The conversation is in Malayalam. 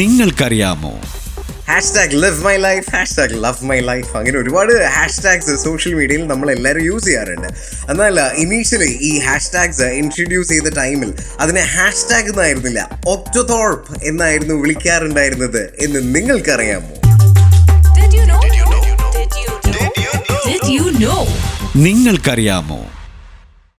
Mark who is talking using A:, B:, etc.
A: നിങ്ങൾക്കറിയാമോ
B: hashtag live my life hashtag love my life അങ്ങനെ ഒരുപാട് ഹാഷ്ടാഗ്സ് സോഷ്യൽ മീഡിയയിൽ നമ്മൾ എല്ലാവരും യൂസ് ചെയ്യാറുണ്ട് എന്നാൽ ഇനീഷ്യലി ഈ ഹാഷ്ടാഗ്സ് ഇൻട്രൊഡ്യൂസ് ചെയ്ത ടൈമിൽ അതിനെ ഹാഷ്ടാഗ് എന്നായിരുന്നില്ല ഒക്ടോതോൾപ്പ് എന്നായിരുന്നു വിളിക്കാറുണ്ടായിരുന്നത് എന്ന് നിങ്ങൾക്കറിയാമോ
C: Did you know? Did you know? Did you know? Did you know?
A: നിങ്ങൾക്കറിയാമോ